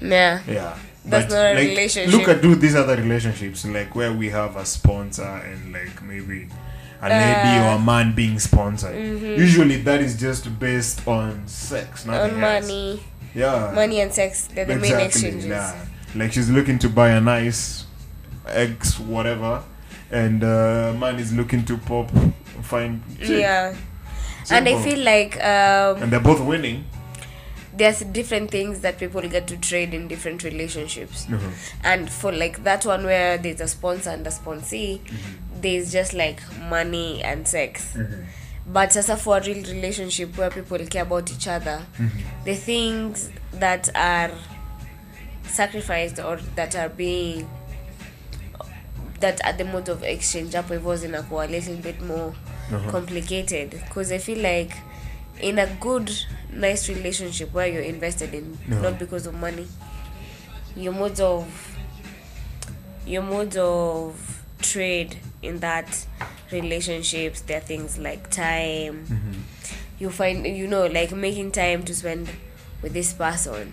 yeah
Yeah.
That's not a relationship.
Look at do these other relationships, like where we have a sponsor and like maybe a lady
Uh, mm-hmm.
or a man being sponsored. Usually that is just based on sex, nothing
on
else.
money
Yeah.
money and sex they're the main exchanges
yeah. Like she's looking to buy a nice X whatever, and uh, man is looking to pop fine. chick.
yeah and i
Simple.
feel like um
And they're both winning.
there's different things that people get to trade in different relationships and for like that one where there's a sponsor and a sponsee there's just like money and sex
Mm-hmm.
but sasa for a real relationship where people care about each other the things that are sacrificed or that are being that at the mode of exchange hapo hivyo zinakuwa a little bit more complicated because i feel like in a good nice relationship where you're invested in not because of money your modes of your modes of trade in that relationships there are things like time
Hmm. Mm-hmm.
you find you know like making time to spend with this person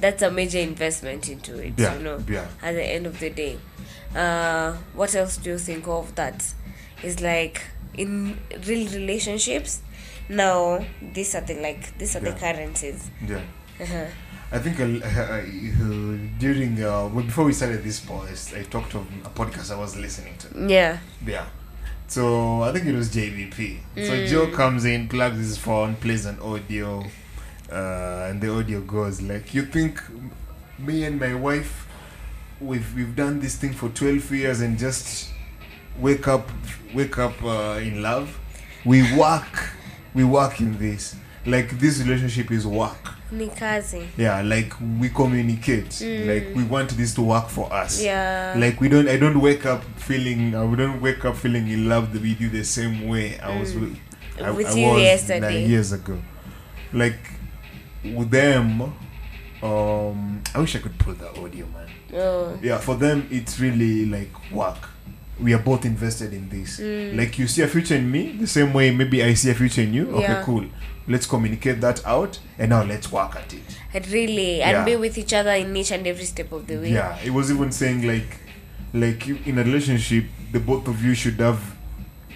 that's a major investment into it
Yeah,
you know
yeah.
at the end of the day uh what else do you think of that is like in real relationships now these are the like these are the
Yeah.
currencies
Yeah.
uh-huh.
I think uh, uh, during uh, well, before we started this podcast, I talked of a podcast I was listening to.
yeah
Yeah. So I think it was JVP. So
Mm.
Joe comes in, plugs his phone, plays an audio, uh, and the audio goes like, "You think me and my wife, we've we've done this thing for twelve years and just wake up, wake up uh, in love? We work, we work in this. Like this relationship is work."
ni kazi
yeah like we communicate like we want this to work for us
Mm. yeah
like we don't i don't wake up feeling i don't wake up feeling in love with you the same way i was with, I,
Mm. With
I
you
was
yesterday.
nine years ago like with them um i wish i could pull the audio man
oh.
yeah for them it's really like work we are both invested in this
Mm.
like you see a future in me the same way maybe i see a future in you okay
Yeah.
cool let's communicate that out and now let's work at it
really and
Yeah.
be with each other in each and every step of the way
Yeah, it was even saying like, like you, in a relationship, the both of you should have,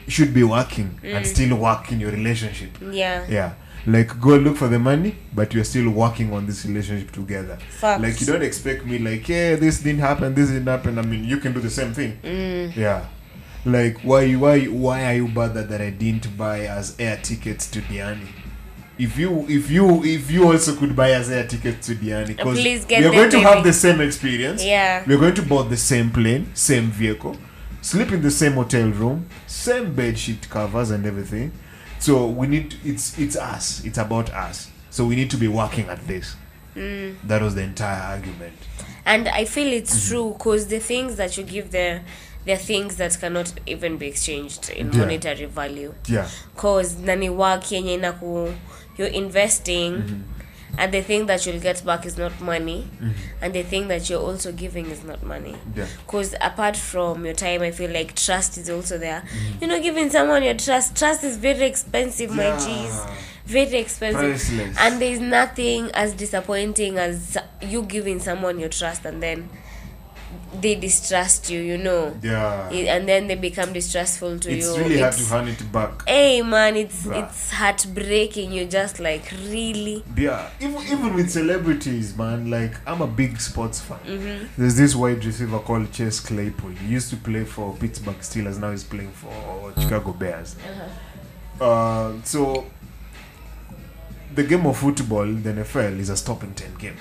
should be working and
Mm.
still work in your relationship.
yeah,
Yeah, like go look for the money, but you're still working on this relationship together.
Facts.
Like you don't expect me like, yeah, this didn't happen, this didn't happen. I mean, you can do the same thing.
Mm,
Yeah. Like why why why are you bothered that I didn't buy as air tickets to Diani? If you if you if you also could buy as air tickets to Diani, because
Please get
we're
them,
going to have
baby.
the same experience.
yeah.
We're going to board the same plane, same vehicle, sleep in the same hotel room, same bed sheet covers and everything. So we need it's it's us. It's about us. So we need to be working at this.
Mm.
That was the entire argument.
and i feel
Mm-hmm.
it's true because the things that you give there they're things that cannot even be exchanged in
Yeah.
monetary value
Yeah.
cause nani work yenye inaku you're investing
Mm-hmm.
and the thing that you'll get back is not money and the thing that you're also giving is not money
Yeah.
because apart from your time i feel like trust is also there
Mm-hmm.
you know giving someone your trust trust is very expensive my
Yeah.
jeez very expensive
Priceless.
and there's nothing as disappointing as you giving someone your trust and then they distrust you you know
Yeah.
I- and then they become distrustful to
it's
you
really hard to
It's-
hand it back.
hey man it's
Bruh.
it's heartbreaking you're just like really
Yeah, even, even with celebrities, man. Like I'm a big sports fan. There's this wide receiver called Chase Claypool. He used to play for Pittsburgh Steelers. Now he's playing for Chicago Bears. Uh, so the game of football, the NFL, is a stop and ten game.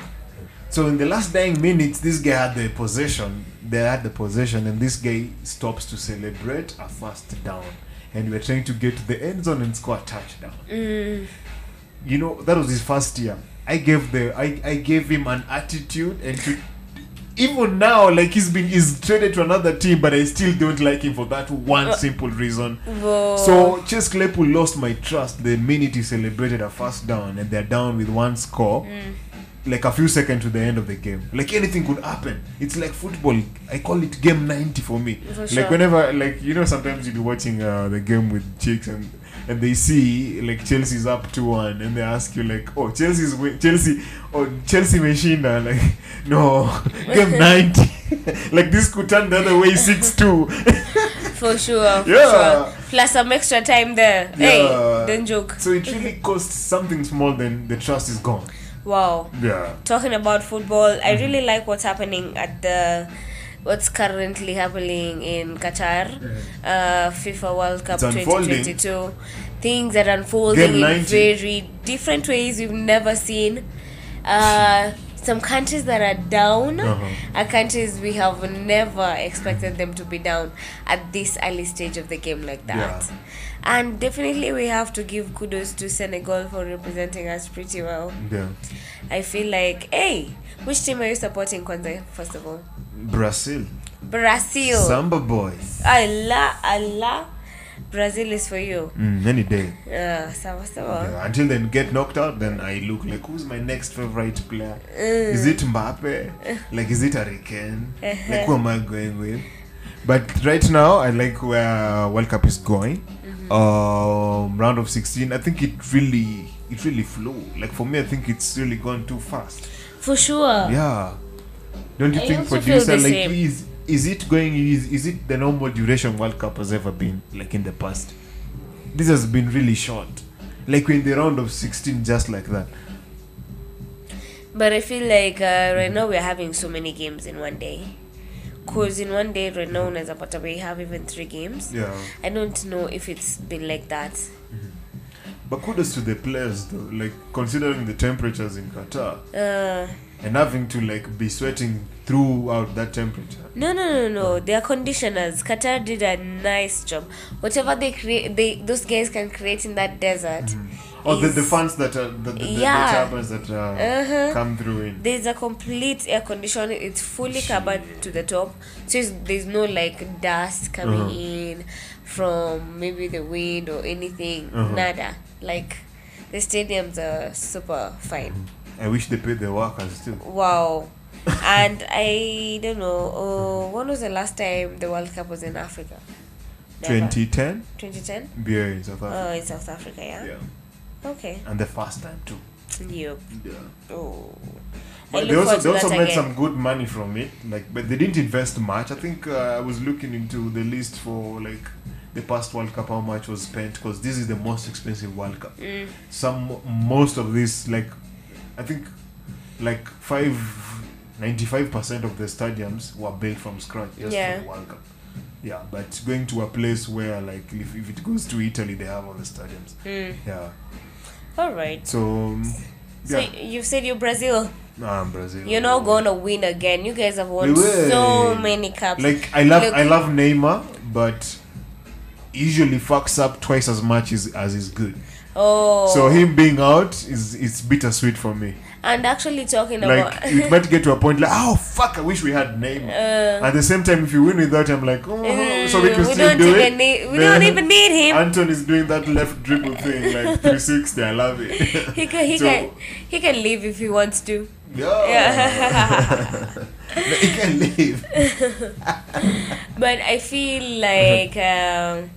So in the last dying minutes, this guy had the possession. They had the possession, and this guy stops to celebrate a first down, and we're trying to get to the end zone and score a touchdown. Mm. You know that was his first year. I gave the I, I gave him an attitude, and to, even now, like he's been he's traded to another team, but I still don't like him for that one simple reason.
Mm. whoa.
So Chase Claypool lost my trust the minute he celebrated a first down and they're down with one score.
Mm.
Like a few seconds to the end of the game, like anything could happen. It's like football. I call it game ninety for me.
For
like
sure.
whenever, like you know, sometimes you be watching uh, the game with chicks and and they see like Chelsea's up two one and they ask you like, oh Chelsea's win- Chelsea or Chelsea Machina like no game ninety. like this could turn the other way six two.
for sure for
Yeah.
sure. plus some extra time there
Yeah.
hey don't joke
So it really costs something small, then the trust is gone.
wow
Yeah.
talking about football
Mm-hmm.
i really like what's happening at the what's currently happening in qatar uh fifa world cup
Mm-hmm. It's unfolding.
2022 things are unfolding
Game
in
90.
very different ways we've never seen uh some countries that are down
Uh-huh.
are countries we have never expected them to be down at this early stage of the game like that
Yeah.
and definitely we have to give kudos to senegal for representing us pretty well
Yeah.
I feel like, hey, which team are you supporting, Kwanzaa, first of all?
Brazil.
Brazil.
Samba boys.
Allah, Allah. Brazil is for you.
Mm, any day.
Uh, sawa, sawa.
Yeah, Until then get knocked out, then I look like who's my next favorite player?
Uh.
Is
mm,
it Mbappe? Like is it Hurricane? Like who am I going with? But right now I like where World Cup is going. Um, round of 16. I think it really, it really flew. Like for me, I think it's really gone too fast.
For sure.
Yeah. Don't you
I
think
also feel
producer
the
like
same.
is is it going is, is it the normal duration World Cup has ever been like in the past? This has been really short. Like we're in the round of 16 just like that.
But I feel like uh, right now we're having so many games in one day. Because in one day, right now, unaweza pata we have even three games.
Yeah.
I don't know if it's been like that.
But kudos to the players though, like considering the temperatures in Qatar
Uh,
and having to like be sweating throughout that temperature.
No, no, no, no. They are conditioners. Qatar did a nice job. Whatever they create, they those guys can create in that desert.
Or the,
is-
the fans that are the, the,
Yeah.
the turbans that uh,
Uh-huh.
come through in.
There's a complete air conditioning. It's fully covered to the top, so it's, there's no like dust coming
Uh-huh.
in from maybe the wind or anything.
Uh-huh.
Nada. Like the stadiums are super fine.
I wish they paid the workers too.
Wow. and I don't know. Oh, when was the last time the World Cup was in Africa? Never.
2010
2010.
beer in South Africa.
Oh, in South Africa, yeah.
Uh-huh. yeah.
Okay.
and the first time too.
Yep.
Yeah.
Oh. I
But
look
they also
forward to
they also
that
made
again.
some good money from it. Like, but they didn't invest much. I think uh, I was looking into the list for like the past World Cup how much was spent because this is the most expensive World Cup.
Mm.
Some most of this like I think like five. 95% of the stadiums were built from scratch just
Yeah.
for the World Cup. Yeah, but going to a place where, like, if, if it goes to Italy, they have all the stadiums.
Mm.
Yeah.
Mm-hmm. All right.
So, um,
So
yeah.
y- you've said you're Brazil.
Ah, Brazil.
You're not gonna win again. You guys have won
We will.
so many cups.
Like I love,
Look-
I love Neymar, but usually fucks up twice as much as as is good.
oh.
So him being out is it's bittersweet for me.
And actually talking
like
about
it might get to a point like oh fuck i wish we had name at the same time if you win without him like oh so we can
uh, Mm, we
still
don't
do
even
it
need we
Then
don't even need him.
anton is doing that left dribble thing like 360 i love it
He can he
So-
can he can leave if he wants to.
yeah he can leave
But I feel like um,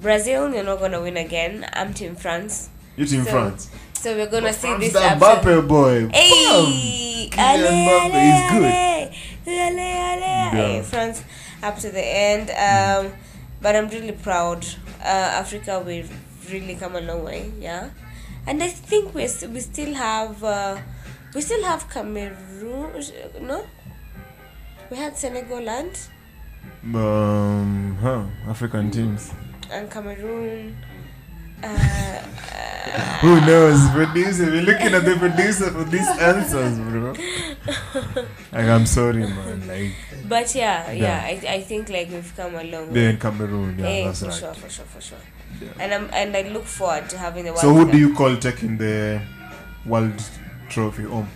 Brazil, you're not gonna win again. I'm Team France,
you team
So-
france
so we're gonna see
france
this.
that
upset.
Mbappe boy
Hey,
Kylian
ale, ale,
Mbappe is good.
ale, ale, ale.
Yeah.
Hey, France up to the end. Um, but I'm really proud. Uh, Africa, we've really come a long way. Yeah, and I think we s- we still have uh, we still have Cameroon. No, we had Senegal and
Bam. um huh african teams
and Cameroon. Uh,
who knows producer we're looking at the producer for these answers bro like i'm sorry man like
but yeah, yeah,
Yeah.
I, I think like we've come a long way.
they're in cameroon yeah
Eh,
that's
for
right
sure, for sure, for sure.
Yeah.
And I'm and I look forward to having the World
So who
Cup.
do you call taking the world trophy home?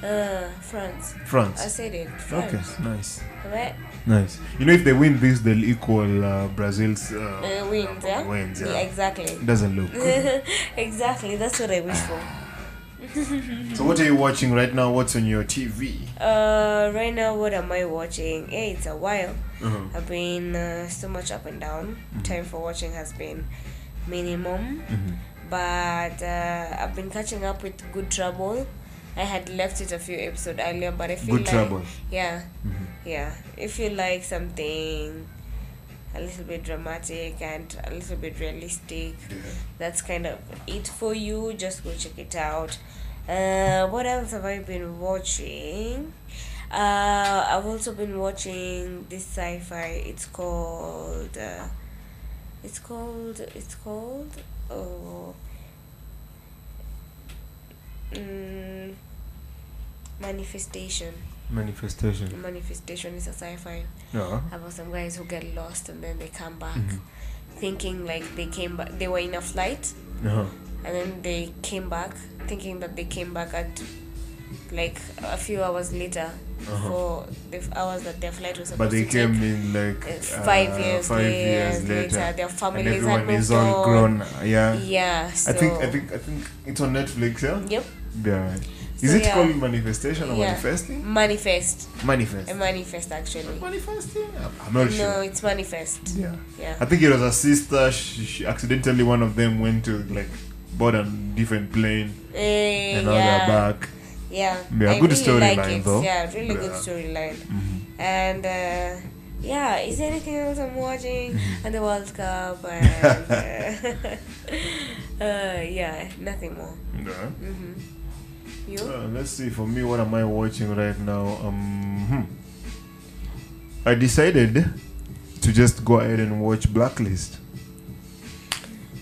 Uh, France. I
France.
said it. France.
Okay, nice,
Right?
nice. You know, if they win this, they'll equal uh, Brazil's uh,
Uh, wins, yeah?
wins.
Yeah,
Yeah,
exactly.
doesn't look. good.
exactly. That's what I wish for.
so what are you watching right now? What's on your TV?
Uh, right now, what am I watching? Hey, it's a while.
Uh-huh.
I've been uh, so much up and down.
Mm-hmm.
Time for watching has been minimum, but uh, I've been catching up with Good Trouble. I had left it a few episodes earlier, but I feel
Good
like
Trouble. Mm-hmm.
yeah, yeah. If you like something a little bit dramatic and a little bit realistic, that's kind of it for you. Just go check it out. Uh, what else have I been watching? Uh, I've also been watching this sci-fi. It's called. Uh, it's called. It's called. Oh. Mm, manifestation.
Manifestation.
Manifestation is a sci-fi
Yeah.
about some guys who get lost and then they come back,
Mm-hmm.
thinking like they came back. They were in a flight
Uh-huh.
and then they came back thinking that they came back at like a few hours later
Uh-huh.
for the f- hours that their flight was supposed
But they
to
came
take.
in like
Uh, five
uh,
years,
five
later,
years
later,
later,
their
and
families had
everyone
moved
is all
on.
grown. Yeah.
Yeah, so
I think I think I think it's on Netflix. Yeah.
Yep.
Yeah. Is
So,
it
yeah.
called manifestation or
Yeah.
manifesting?
Manifest.
Manifest.
A manifest actually.
manifesting? I'm not
No,
sure.
it's manifest.
Yeah.
Yeah.
I think it was her sister. She, she accidentally one of them went to like board a different plane
Eh,
and now
yeah.
they're back.
Yeah.
Yeah,
I
good
really
storyline,
like it.
though.
Yeah, really good
Yeah.
storyline.
Mm-hmm.
And uh, yeah, is there anything else I'm watching? and the World Cup and uh, uh, yeah, nothing more.
Yeah.
hmm You?
Uh, let's see. For me, what am I watching right now? Um, hmm. I decided to just go ahead and watch Blacklist.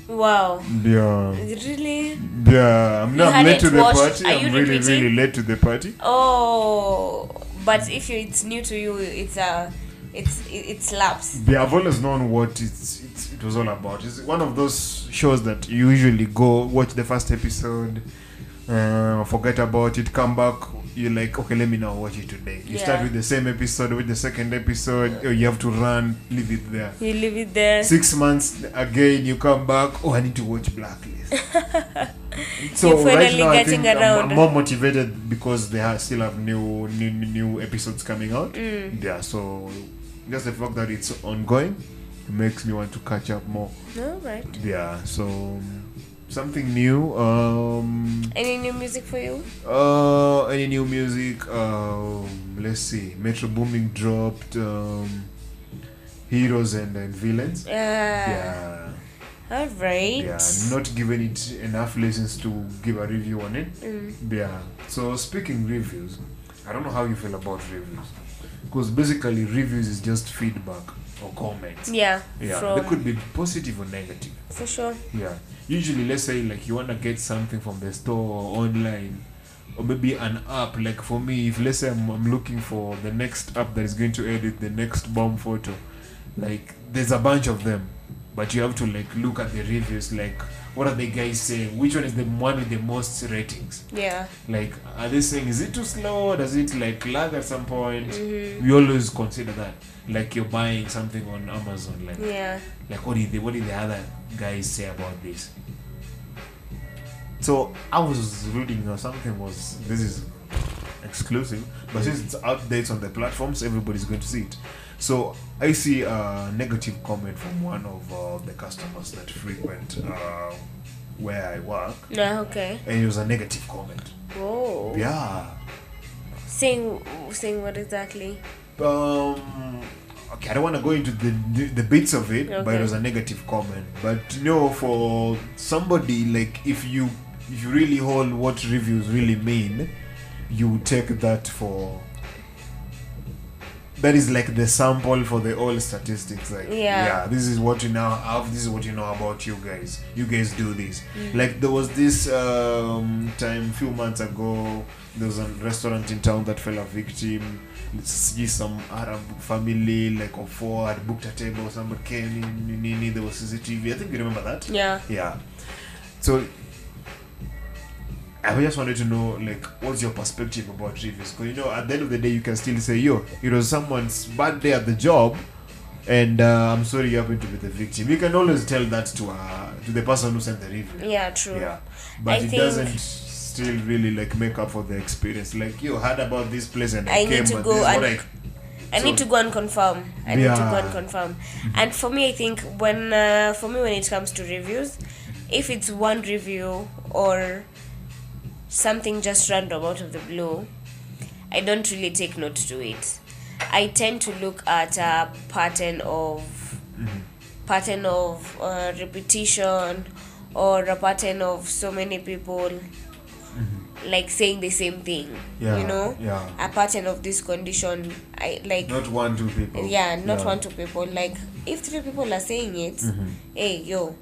Wow.
Yeah.
Really?
Yeah. I'm
You
not I'm late
hadn't
to the
watched-
party.
are you
I'm really,
repeating?
really late to the party.
Oh, but if you, it's new to you, it's a, it's it, it slaps.
Yeah, I've always known what it's, it's it was all about. It's one of those shows that you usually go watch the first episode, uh, forget about it, come back. You're like, okay, let me now watch it today. You start
Yeah.
with the same episode, with the second episode. oh, You have to run, leave it there.
You leave it there.
Six months again, you come back. Oh, I need to watch Blacklist.
You're finally
I
getting
think I'm,
around.
I'm more motivated because they are, still have new, new new episodes coming out.
Mm.
Yeah, so just the fact that it's ongoing makes me want to catch up more.
All right.
Yeah, so something new. Um,
Any new music for you?
uh, any new music? Um, let's see. Metro Booming dropped um, Heroes and, and Villains.
Uh,
Yeah,
All right.
yeah. Not given it enough lessons to give a review on it.
Mm.
Yeah. So speaking reviews, I don't know how you feel about reviews, because basically reviews is just feedback or comments.
Yeah.
Yeah.
From
They could be positive or negative.
for sure.
Yeah. Usually, let's say like you wanna get something from the store or online. Or maybe an app like for me, if let's say I'm, I'm looking for the next app that is going to edit the next bomb photo, like there's a bunch of them, but you have to like look at the reviews like what are the guys saying? Which one is the one with the most ratings?
yeah
Like, are they saying is it too slow? Does it like lag at some point?
Mm. Mm-hmm.
We always consider that. Like you're buying something on Amazon, like
yeah
like what did the what did the other guys say about this so i was reading or something was this is exclusive but since it's updates on the platforms everybody's going to see it so i see a negative comment from one of uh, the customers that frequent uh, where i work
no okay
and it was a negative comment
whoa
yeah
saying saying what exactly
um okay i don't want to go into the the, the bits of it but it
Okay.
was a negative comment but you know for somebody like if you if you really hold what reviews really mean you take that for that is like the sample for the all statistics like
Yeah.
"Ah, this is what you now have this is what you know about you guys you guys do this like there was this um, time few months ago there was a restaurant in town that fell a victim see some arab family like of four had booked a table somebody came in nini there was cctv i think you remember that
yeah
yeah so I just wanted to know, like, what's your perspective about reviews? Because you know, at the end of the day, you can still say, "Yo, it was someone's bad day at the job," and uh, I'm sorry you happened to be the victim. You can always tell that to uh, to the person who sent the review.
yeah true
Yeah, but
I
it
think-
doesn't still really like make up for the experience. Like, you heard about this place and I,
I need
came,
to
and
go
this is what
and- I
I
need to go and confirm. I need to go
Yeah.
and confirm. And for me, I think when uh, for me when it comes to reviews, if it's one review or something just random out of the blue, I don't really take note to it. I tend to look at a pattern of
Mm-hmm.
pattern of uh, repetition or a pattern of so many people like saying the same thing.
Mm-hmm. Yeah,
You know,
yeah.
a pattern of this condition. I like
not one two people.
yeah not one two people like if three people are saying it
Mm-hmm.
hey yo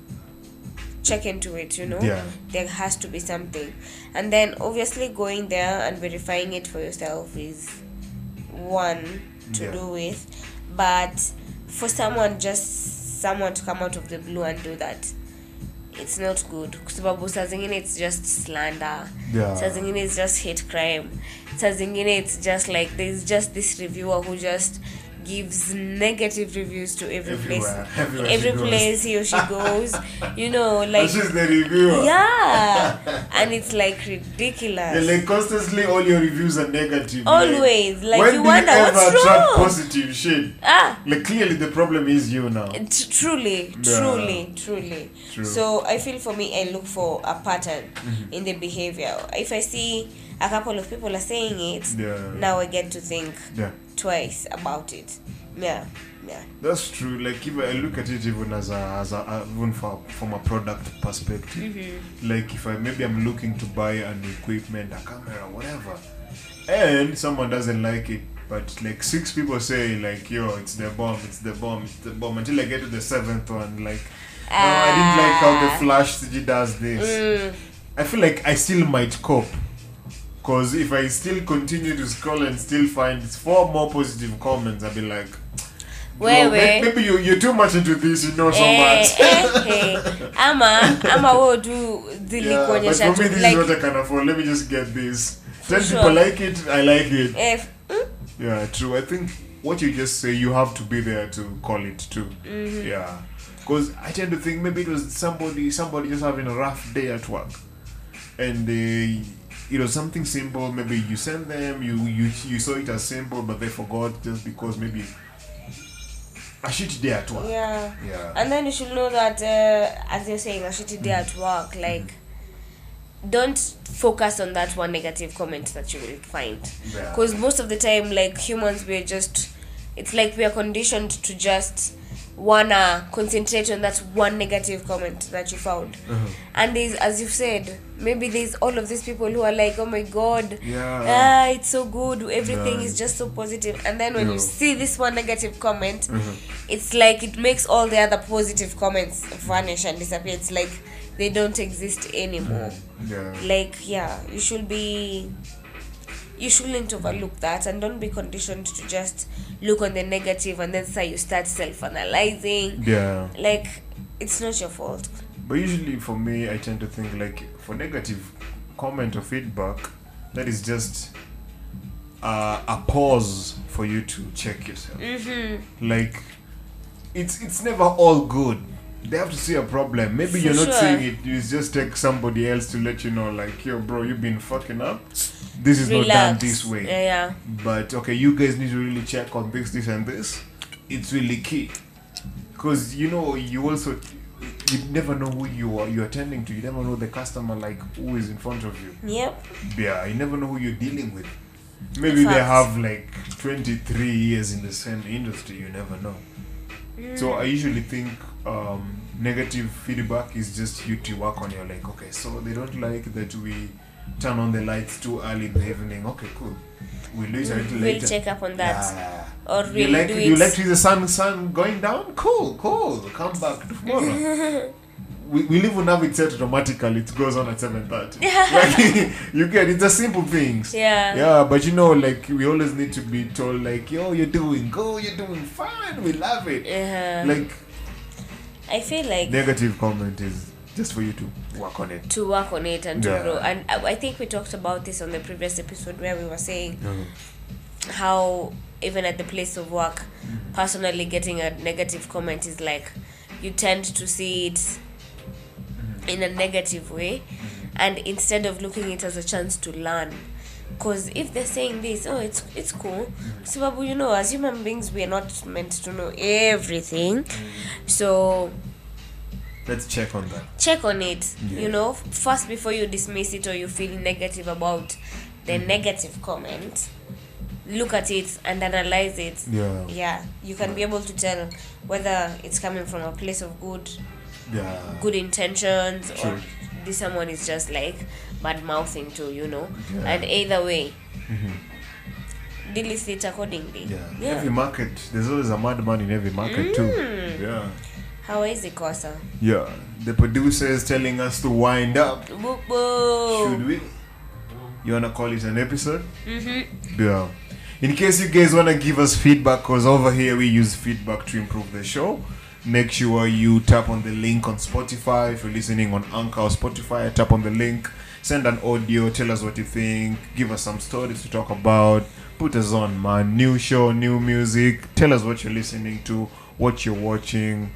check into it you know
Yeah.
there has to be something and then obviously going there and verifying it for yourself is one to
Yeah.
do with but for someone just someone to come out of the blue and do that it's not good kwa sababu saa zingine it's just slander
Yeah.
saa zingine it's just hate crime saa zingine it's just like there's just this reviewer who just gives negative reviews to every
Everywhere,
place
everywhere she
every
goes.
place he or she goes you know like
She's the reviewer.
yeah and it's like ridiculous
Yeah, like constantly all your reviews are negative.
Always, like, you
do
wonder
ever
what's
attract
wrong?
positive shit.
ah
Like clearly the problem is you now.
Tr- truly
Yeah.
truly truly
True. Mm-hmm.
so i feel for me i look for a pattern in the behavior if i see a couple of people are saying it
Yeah.
now i get to think
Yeah.
twice about it yeah yeah
That's true. Like if I look at it even as a as a uh, even for, from a product perspective.
Mm-hmm.
Like if I maybe I'm looking to buy an equipment, a camera, whatever, and someone doesn't like it. But like six people say like yo, it's the bomb, it's the bomb, it's the bomb. Until I get to the seventh one, like no, I didn't like how the
Ah.
flash CG does this.
Mm,
I feel like I still might cope. Because if I still continue to scroll and still find four more positive comments, I'll be like,
wewe
may- maybe you, you're too much into this, you know so
eh,
much.
eh, eh. ama ama wewe tu zili
yeah, but
kuonyesha
for
tu
me, this
like
is what I can afford. Let me just get this. Ten
sure.
people like it, I like it.
eh, f- mm,
Yeah, true. I think what you just say, you have to be there to call it too.
Mm-hmm.
Yeah. Because I tend to think maybe it was somebody, somebody just having a rough day at work. and they it was something simple maybe you sent them you you you saw it as simple but they forgot just because maybe a shitty day at work
yeah
yeah Mm.
and then you should know that uh, as you're saying a shitty day at work like don't focus on that one negative comment that you will find
Yeah.
because most of the time like humans we're just it's like we are conditioned to just wanna concentrate on that one negative comment that you found
Mm-hmm.
and there's as you've said maybe there's all of these people who are like oh my god
Yeah.
ah, it's so good everything is just so positive and then when you
Yeah. Mm-hmm.
see this one negative comment it's like it makes all the other positive comments vanish and disappear it's like they don't exist anymore
Mm-hmm. yeah
like yeah you should be you shouldn't overlook that and don't be conditioned to just look on the
Mm-hmm.
negative and then say you start self-analyzing
yeah
like it's not your fault
But usually for me, I tend to think like for negative comment or feedback, that is just uh, a pause for you to check yourself.
Mm-hmm.
Like it's it's never all good. They have to see a problem. Maybe
For
you're not
sure.
seeing it. You just take somebody else to let you know, like, yo, bro, you've been fucking up. This is not done
Relax.
this way.
Yeah, yeah.
But okay, you guys need to really check on this, this, and this. It's really key because you know you also you never know who you are you're attending to. You never know the customer like who is in front of you.
Yep.
Yeah, you never know who you're dealing with. Maybe they
Facts.
have like 23 years in the same industry. You never know. So
Mm.
I usually think um, negative feedback is just you to work on your like. Okay, so they don't like that we turn on the lights too early in the evening. Okay, cool. We'll do it a little
We'll
later.
check up on
Yeah,
that.
yeah,
Or
yeah.
we'll
you like
do
you
it.
like to see the sun sun going down? Cool, cool. Come back tomorrow. we, we live on have it set automatically. It goes on at seven thirty. like you get it's a simple things.
Yeah.
Yeah, but you know, like we always need to be told, like, yo, you're doing go, you're doing fine. We love it.
Yeah.
Like
I feel like
negative comment is just for you to work on it.
to work on it and to
Yeah.
grow. And I I think we talked about this on the previous episode where we were saying how even at the place of work, personally getting a negative comment is like you tend to see it in a negative way, and instead of looking it as a chance to learn. Because if they're saying this, oh, it's it's cool. So, you know, as human beings, we are not meant to know everything. So,
Let's check on that.
check on it
Yeah.
you know first before you dismiss it or you feel negative about the
Mm-hmm.
negative comment look at it and analyze it
Yeah.
yeah you can be able to tell whether it's coming from a place of good
Yeah.
good intentions or
True.
this someone is just like bad mouthing to you know
Yeah. Mm-hmm.
and either way deal with it accordingly
Yeah. Every market, there's always a madman in every market
Mm.
too. Yeah.
how is it kosa
Yeah. The producer is telling us to wind up.
Boo
Should
boo.
we? You wanna call it an episode? Mm-hmm. Yeah. In case you guys wanna give us feedback, cause over here we use feedback to improve the show. Make sure you tap on the link on Spotify. If you're listening on Anchor or Spotify, tap on the link. Send an audio. Tell us what you think. Give us some stories to talk about. Put us on, man. New show, new music. Tell us what you're listening to, what you're watching,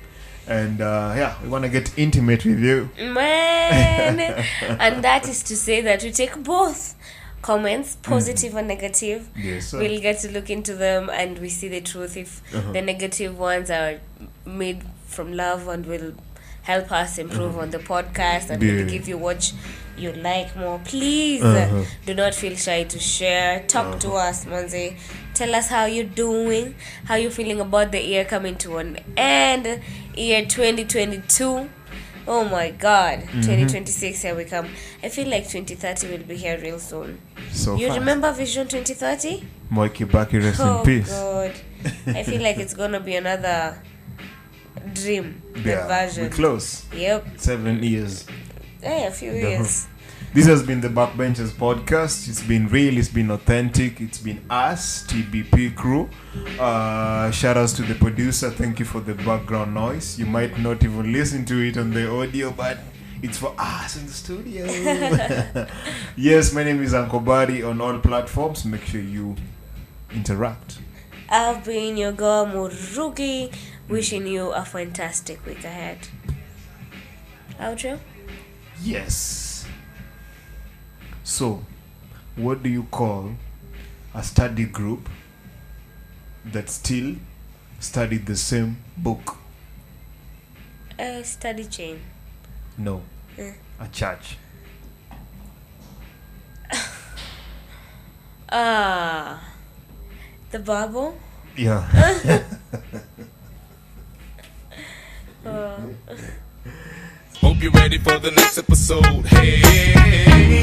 and uh, yeah, we wanna get intimate with you.
Man. and that is to say that we take both comments, positive and negative.
Yes, sir.
We'll get to look into them and we see the truth. If
Uh-huh.
the negative ones are made from love and will help us improve on the podcast and
Uh-huh. Yeah.
we'll give you what you like more. Please
Uh-huh.
do not feel shy to share. Talk to us, Manze. Tell us how you're doing, how you're feeling about the year coming to an end, year 2022. Oh my god,
Mm-hmm.
2026, here we come. I feel like 2030 will be here real soon.
So
you
far.
remember Vision 2030?
Moi Kibaki, rest
oh
in peace.
god. I feel like it's gonna be another dream
we're
version.
close.
Yep.
Seven years.
Yeah, a few
Yeah.
years.
This has been the Backbenchers podcast. It's been real. It's been authentic. It's been us, TBP crew. Uh, shout outs to the producer. Thank you for the background noise. You might not even listen to it on the audio, but it's for us in the studio. yes, my name is Uncle Barry on all platforms. Make sure you interact.
I've been your girl Murugi, wishing you a fantastic week ahead. Outro?
Yes. So, what do you call a study group that still studied the same book?
Uh, study chain.
No,
Eh.
a church.
Ah, the Bible.
Yeah.
Uh,
Hope you're ready for the next episode. Hey.